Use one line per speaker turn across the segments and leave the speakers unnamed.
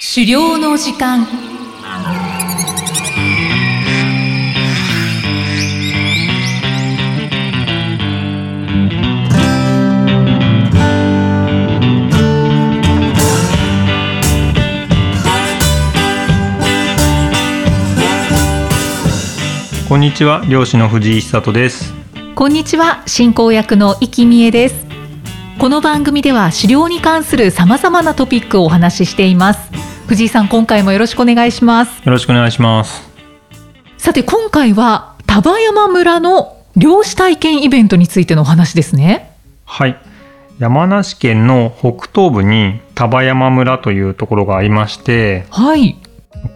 狩猟の時間
こんにちは漁師の藤井久人です
こんにちは進行役の生きみえですこの番組では狩猟に関するさまざまなトピックをお話ししています藤井さん今回もよろしくお願いします
よろしくお願いします
さて今回は丹波山村の漁師体験イベントについてのお話ですね
はい山梨県の北東部に丹波山村というところがありまして
はい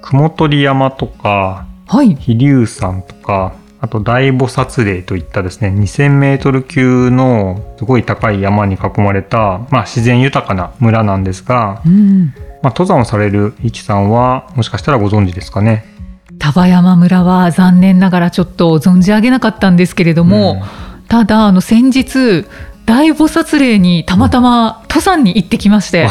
雲取山とか
はい
飛龍山とかあと大菩薩嶺といったですね 2000m 級のすごい高い山に囲まれた、まあ、自然豊かな村なんですが、
うん
まあ、登山をされるイキさんはもしかしたらご存知ですかね。
丹波山村は残念ながらちょっと存じ上げなかったんですけれども、ただあの先日大菩薩霊にたまたま登山に行ってきま して、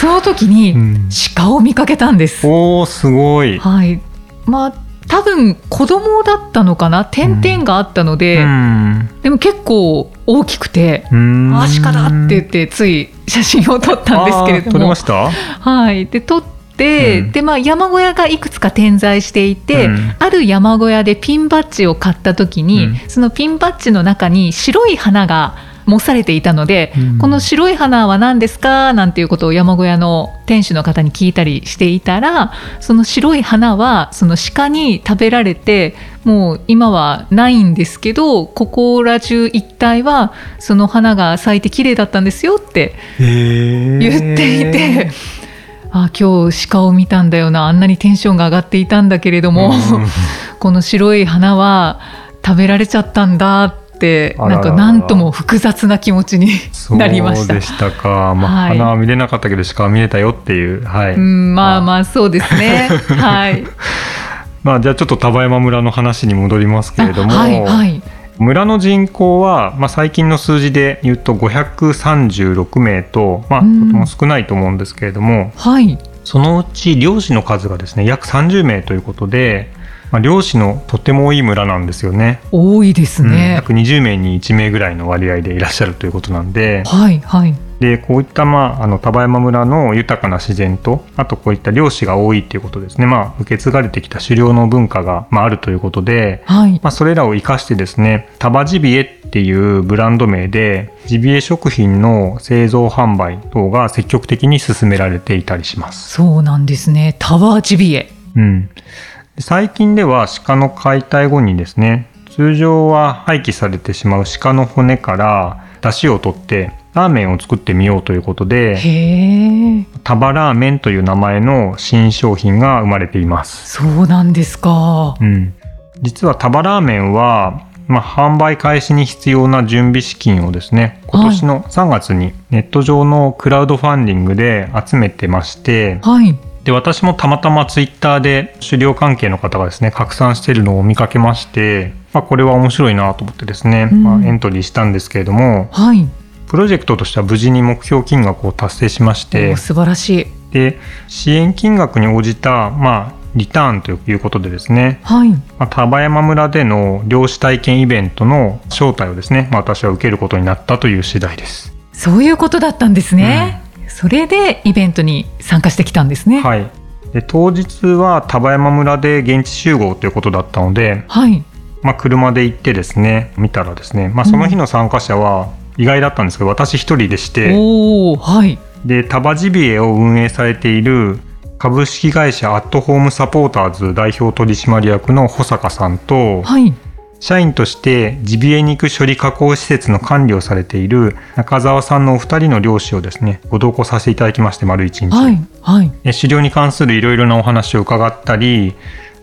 その時
う
に
ん、うん
鹿を見かけたんです。
おーすごい。
はい。まあ多分子供だったのかな点々があったので、
うん
でも結構大きくて。
うーん
あ鹿だって言ってつい写真を撮ったんですけれ
あー
ど
撮れ
も
ました
はい、で撮って、
うん
でまあ、山小屋がいくつか点在していて、
うん
ある山小屋でピンバッジを買った時に、
うん
そのピンバッジの中に白い花が模されていたので、
うん
この白い花は何ですかなんていうことを山小屋の店主の方に聞いたりしていたらその白い花はその鹿に食べられてもう今はないんですけどここら中一帯はその花が咲いて綺麗だったんですよって言
言
っていて、あ今日鹿を見たんだよなあんなにテンションが上がっていたんだけれども、 この白い花は食べられちゃったんだって
あららら
なんかなんとも複雑な気持ちになりまし
そう
た
で。したか、まあ
はい、
花は見れなかったけど鹿は見れたよっていうはいう
ん、まあまあそうですね。はい。
まあじゃあちょっと丹波山村の話に戻ります けれども、
あはいはい。
村の人口は、まあ、最近の数字で言うと536名と、まあ、
う
とて
ん
も少ないと思うんですけれども、
はい。
そのうち漁師の数がですね約30名ということで、まあ、漁師のとても多い村なんですよね。
多いです
うん
ね。
約20名に1名ぐらいの割合でいらっしゃるということなんで
はいはい。
でこういった、まあ、あの丹波山村の豊かな自然とあとこういった漁師が多いということですね、まあ、受け継がれてきた狩猟の文化が、まあ、あるということで、
はい。
まあ、それらを生かしてですね丹波ジビエっていうブランド名でジビエ食品の製造販売等が積極的に進められていたりします。
そうなんですね。タワージビエ。
うん、で最近では鹿の解体後にですね通常は廃棄されてしまう鹿の骨から出汁を取ってラーメンを作ってみようということで
へえ。
タバラーメンという名前の新商品が生まれています、
そうなんですか。
うん、実はタバラーメンは、まあ、販売開始に必要な準備資金をですね今年の3月にネット上のクラウドファンディングで集めてまして、
はい。
で私もたまたまツイッターで狩猟関係の方がですね拡散してるのを見かけまして、まあ、これは面白いなと思ってですね、
うん
まあ、エントリーしたんですけれども
はい。
プロジェクトとしては無事に目標金額を達成しまして
お素晴らしい。
で支援金額に応じた、まあ、リターンということでですね、
はい。
まあ、丹波山村での漁師体験イベントの招待をですね、まあ、私は受けることになったという次第です。
そういうことだったんですね。それでイベントに参加してきたんですね。はい。
はいで当日は丹波山村で現地集合ということだったので、まあ、車で行ってですね見たらですね、まあ、その日の参加者は意外だったんですけど、私一人でして
おお、はい。
でタバジビエを運営されている株式会社アットホームサポーターズ代表取締役の保坂さんと
はい。
社員としてジビエ肉処理加工施設の管理をされている中澤さんのお二人の漁師をですねご同行させていただきまして丸一日、
はい。はい。
え狩猟に関するいろいろなお話を伺ったり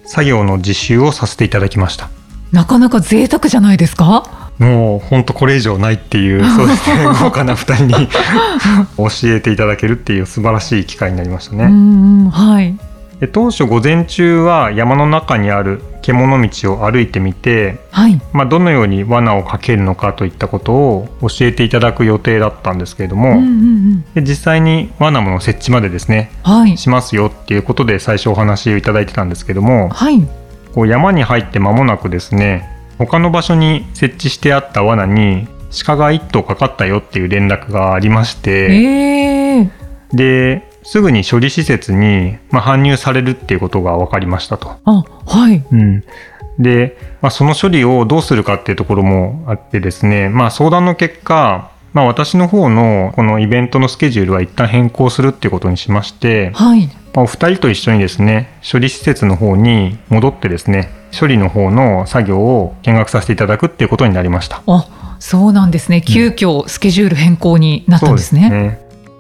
作業の実習をさせていただきました。
なかなか贅沢じゃないですか。
もう本当これ以上ないって いうそうですね豪華な2人に 教えていただけるっていう素晴らしい機会になりました
う
ね、
んうん、はい。
で当初午前中は山の中にある獣道を歩いてみて、
はい
まあ、どのように罠をかけるのかといったことを教えていただく予定だったんですけれども、
うんうんうん
で実際に罠の設置までですね
はい
しますよっていうことで最初お話をいただいてたんですけども
はい
こう山に入って間もなくですね他の場所に設置してあった罠に鹿が1頭かかったよっていう連絡がありまし
え
て
え
ですぐに処理施設に、まあ、搬入されるっていうことが分かりましたと。
あはい
うんで、まあ、その処理をどうするかっていうところもあってですね、まあ、相談の結果、まあ、私の方のこのイベントのスケジュールは一旦変更するっていうことにしまして、
はい
まあお二人と一緒にですね処理施設の方に戻ってですね処理の方の作業を見学させていただくっていうことになりました
あそうなんですね急遽スケジュール変更になったんですね。
そうで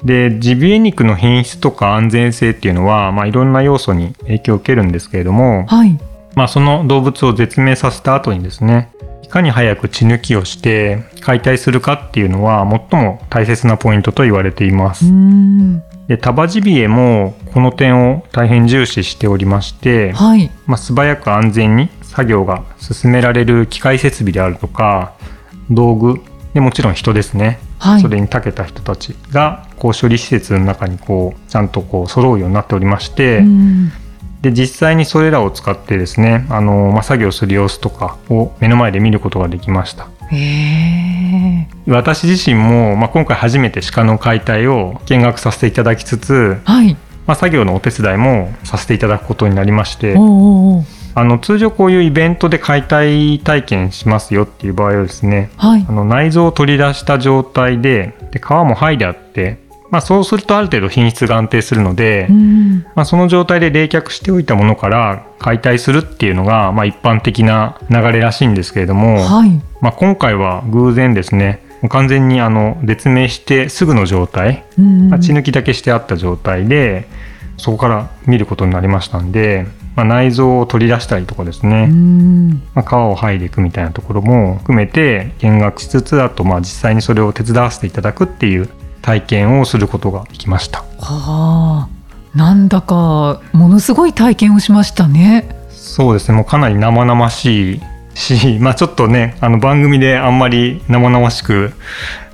すねでジビエ肉の品質とか安全性っていうのは、まあ、いろんな要素に影響を受けるんですけれども、
はい
まあ、その動物を絶命させた後にですねいかに早く血抜きをして解体するかっていうのは最も大切なポイントと言われていま
う
す、
ーん
でタバジビエもこの点を大変重視しておりまして、
はい
まあ、素早く安全に作業が進められる機械設備であるとか道具でもちろん人ですね、
はい
それに長けた人たちがこう処理施設の中にこうちゃんとこう揃うようになっておりまして、
うん
で実際にそれらを使ってですねあの、まあ、作業する様子とかを目の前で見ることができました
ええ
私自身も、まあ、今回初めて鹿の解体を見学させていただきつつ、
はい
まあ、作業のお手伝いもさせていただくことになりまして
おうおうおう
あの通常こういうイベントで解体体験しますよっていう場合はですね
はい
あの内臓を取り出した状態でで皮も剥いであって、まあ、そうするとある程度品質が安定するので、
うん
まあ、その状態で冷却しておいたものから解体するっていうのが、まあ、一般的な流れらしいんですけれども、
はい
まあ、今回は偶然ですねもう完全にあの絶命してすぐの状態、
うん
まあ血抜きだけしてあった状態でそこから見ることになりましたんで、まあ、内臓を取り出したりとかですね、
うん
まあ、皮を剥いでいくみたいなところも含めて見学しつつあとまあ実際にそれを手伝わせていただくっていう体験をすることができました
はあなんだかものすごい体験をしましたね。
そうですねもうかなり生々しいし、 まあ、ちょっとねあの番組であんまり生々しく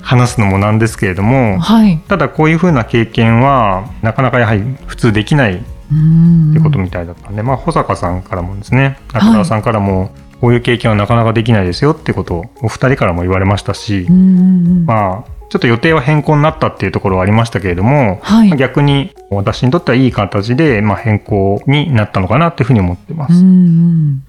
話すのもなんですけれども
はい。
ただこういうふうな経験はなかなかやはり普通できない
うん
ってことみたいだったんで、まあ保坂さんからもですね中澤さんからも、こういう経験はなかなかできないですよってことをお二人からも言われましたし、
うん
まあ、ちょっと予定は変更になったっていうところはありましたけれども、
はい
まあ逆に私にとってはいい形で、まあ、変更になったのかなっていうふうに思ってま
う
す。
ん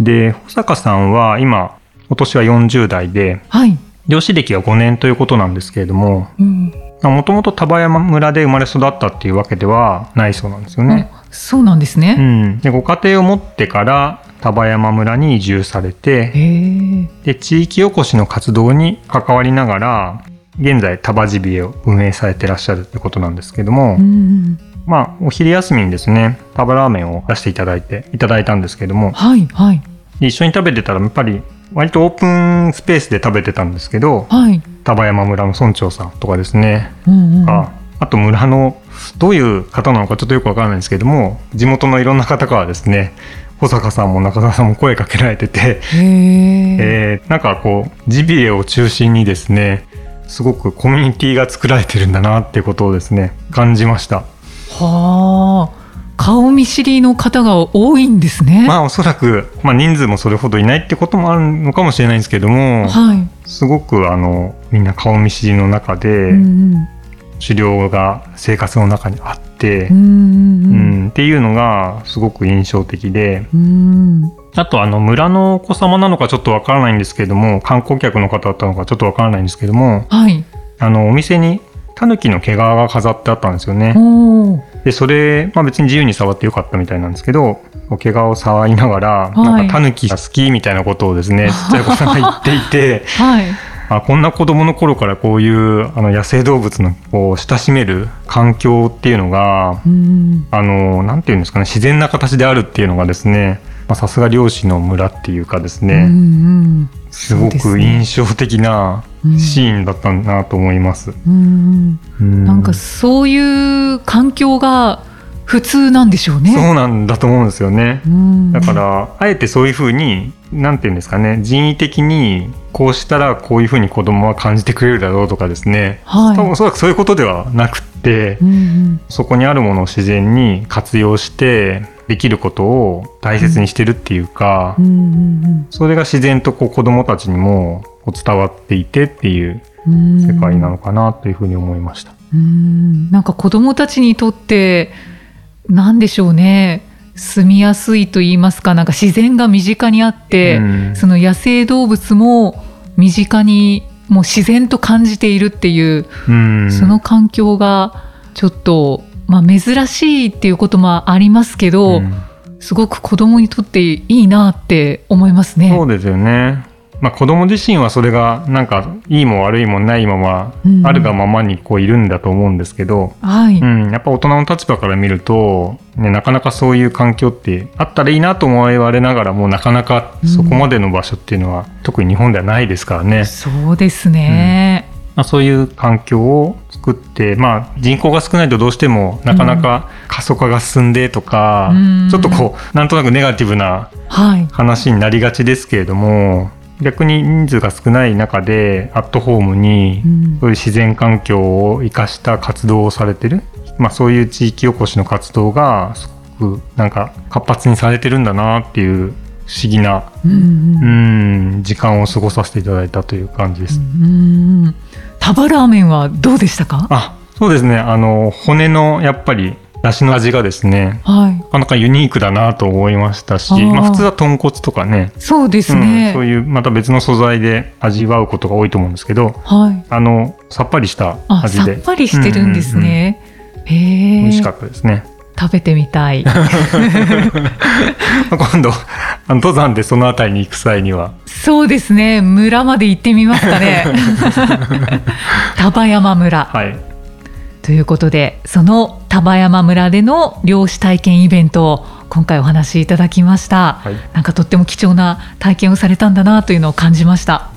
で、保坂さんは今、今年は40代で、
はい。
漁師歴は5年ということなんですけれども、
うん
もともと丹波山村で生まれ育ったっていうわけではないそうなんですよね。
あそうなんです
う
ね。
ん。で、ご家庭を持ってから丹波山村に移住されて、
へえ
で地域おこしの活動に関わりながら現在タバジビエを運営されてらっしゃるということなんですけども、
うん
まあお昼休みにですねタバラーメンを出していただいていただいたんですけども
はいはい
で一緒に食べてたらやっぱり割とオープンスペースで食べてたんですけど
はい。
タバ山村の村長さんとかですね、
うんうん
ああと村のどういう方なのかちょっとよくわからないんですけども地元のいろんな方からですね保坂さんも中澤さんも声かけられてて
へえ。
えーなんかこうジビエを中心にですねすごくコミュニティが作られてるんだなっていうことをですね感じました
はあ。顔見知りの方が多いんですね。
まあおそらく、まあ、人数もそれほどいないってこともあるのかもしれないんですけども
はい。
すごくあのみんな顔見知りの中で
うんうん
狩猟が生活の中にあって
う、
うんん、っていうのがすごく印象的で
うんうんうん
あとあの村のお子様なのかちょっとわからないんですけども観光客の方だったのかちょっとわからないんですけども
はい。
あのお店にタヌキの毛皮が飾ってあったんですよね。
おお。
でそれ、まあ、別に自由に触ってよかったみたいなんですけどお毛皮を触りながら、
い
なんかタヌキが好きみたいなことをですねちっちゃい子さんが言っていて
はい。
あこんな子供の頃からこういうあの野生動物のこう親しめる環境っていうのが
うん
あのなんていうんですかね自然な形であるっていうのがですねまあさすが漁師の村っていうかです
うんう
ね、
ん
すご
そう
く
ですね
印象的なシーンだったなと思います。
うんうん。
う
なんかそういう環境が普通なんでしょうね。
そうなんだと思うんですよね。だからあえてそういうふうに何て言うんですかね人為的にこうしたらこういうふうに子供は感じてくれるだろうとかですね、はい、多分おそらくそういうことではなくって、うんうん、そこにあるものを自然に活用してできることを大切にしてるっていうか、それが自然とこう子供たちにも伝わっていてっていう世界なのかなというふうに思いました。
うんなんか子供たちにとって何でしょうね住みやすいと言いますかなんか自然が身近にあって、うん、その野生動物も身近にもう自然と感じているっていう、うん、その環境がちょっと、まあ、珍しいっていうこともありますけど、うん、すごく子供にとっていいなって思いますね。
そうですよねまあ、子供自身はそれがなんかいいも悪いもないまま、あるがままにこういるんだと思うんですけど、うん、はいうん、やっぱ大人の立場から見ると、ね、なかなかそういう環境ってあったらいいなと思われながらもなかなかそこまでの場所っていうのは、うん、特に日本ではないですからね。
そうですね、
うんまあ、そういう環境を作って、まあ、人口が少ないとどうしてもなかなか過疎化が進んでとか、ちょっとこうなんとなくネガティブな話になりがちですけれども、はい逆に人数が少ない中でアットホームにそういう自然環境を生かした活動をされてる、まあ、そういう地域おこしの活動がすごくなんか活発にされてるんだなっていう不思議な、うん、ん、時間を過ごさせていただいたという感じです。うん
タバラーメンはどうでしたか
あそうですねあの骨のやっぱりだしの味がですね、はい、なかなかユニークだなと思いましたしまあ、普通は豚骨とかね
そうですね、
うん、そういうまた別の素材で味わうことが多いと思うんですけど、はい、あのさっぱりした味で
さっぱりしてるんですね、
うんうんうん、へえ美味しかったですね
食べてみたい
今度あの登山でその辺りに行く際には
そうですね村まで行ってみますか ね田葉山村はいということでその丹波山村での漁師体験イベントを今回お話しいただきました、はい、なんかとっても貴重な体験をされたんだなというのを感じました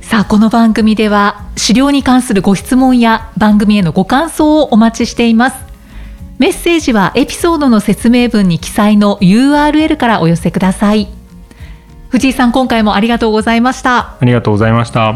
さあこの番組では狩猟に関するご質問や番組へのご感想をお待ちしていますメッセージはエピソードの説明文に記載の URL からお寄せください藤井さん今回もありがとうございました
ありがとうございました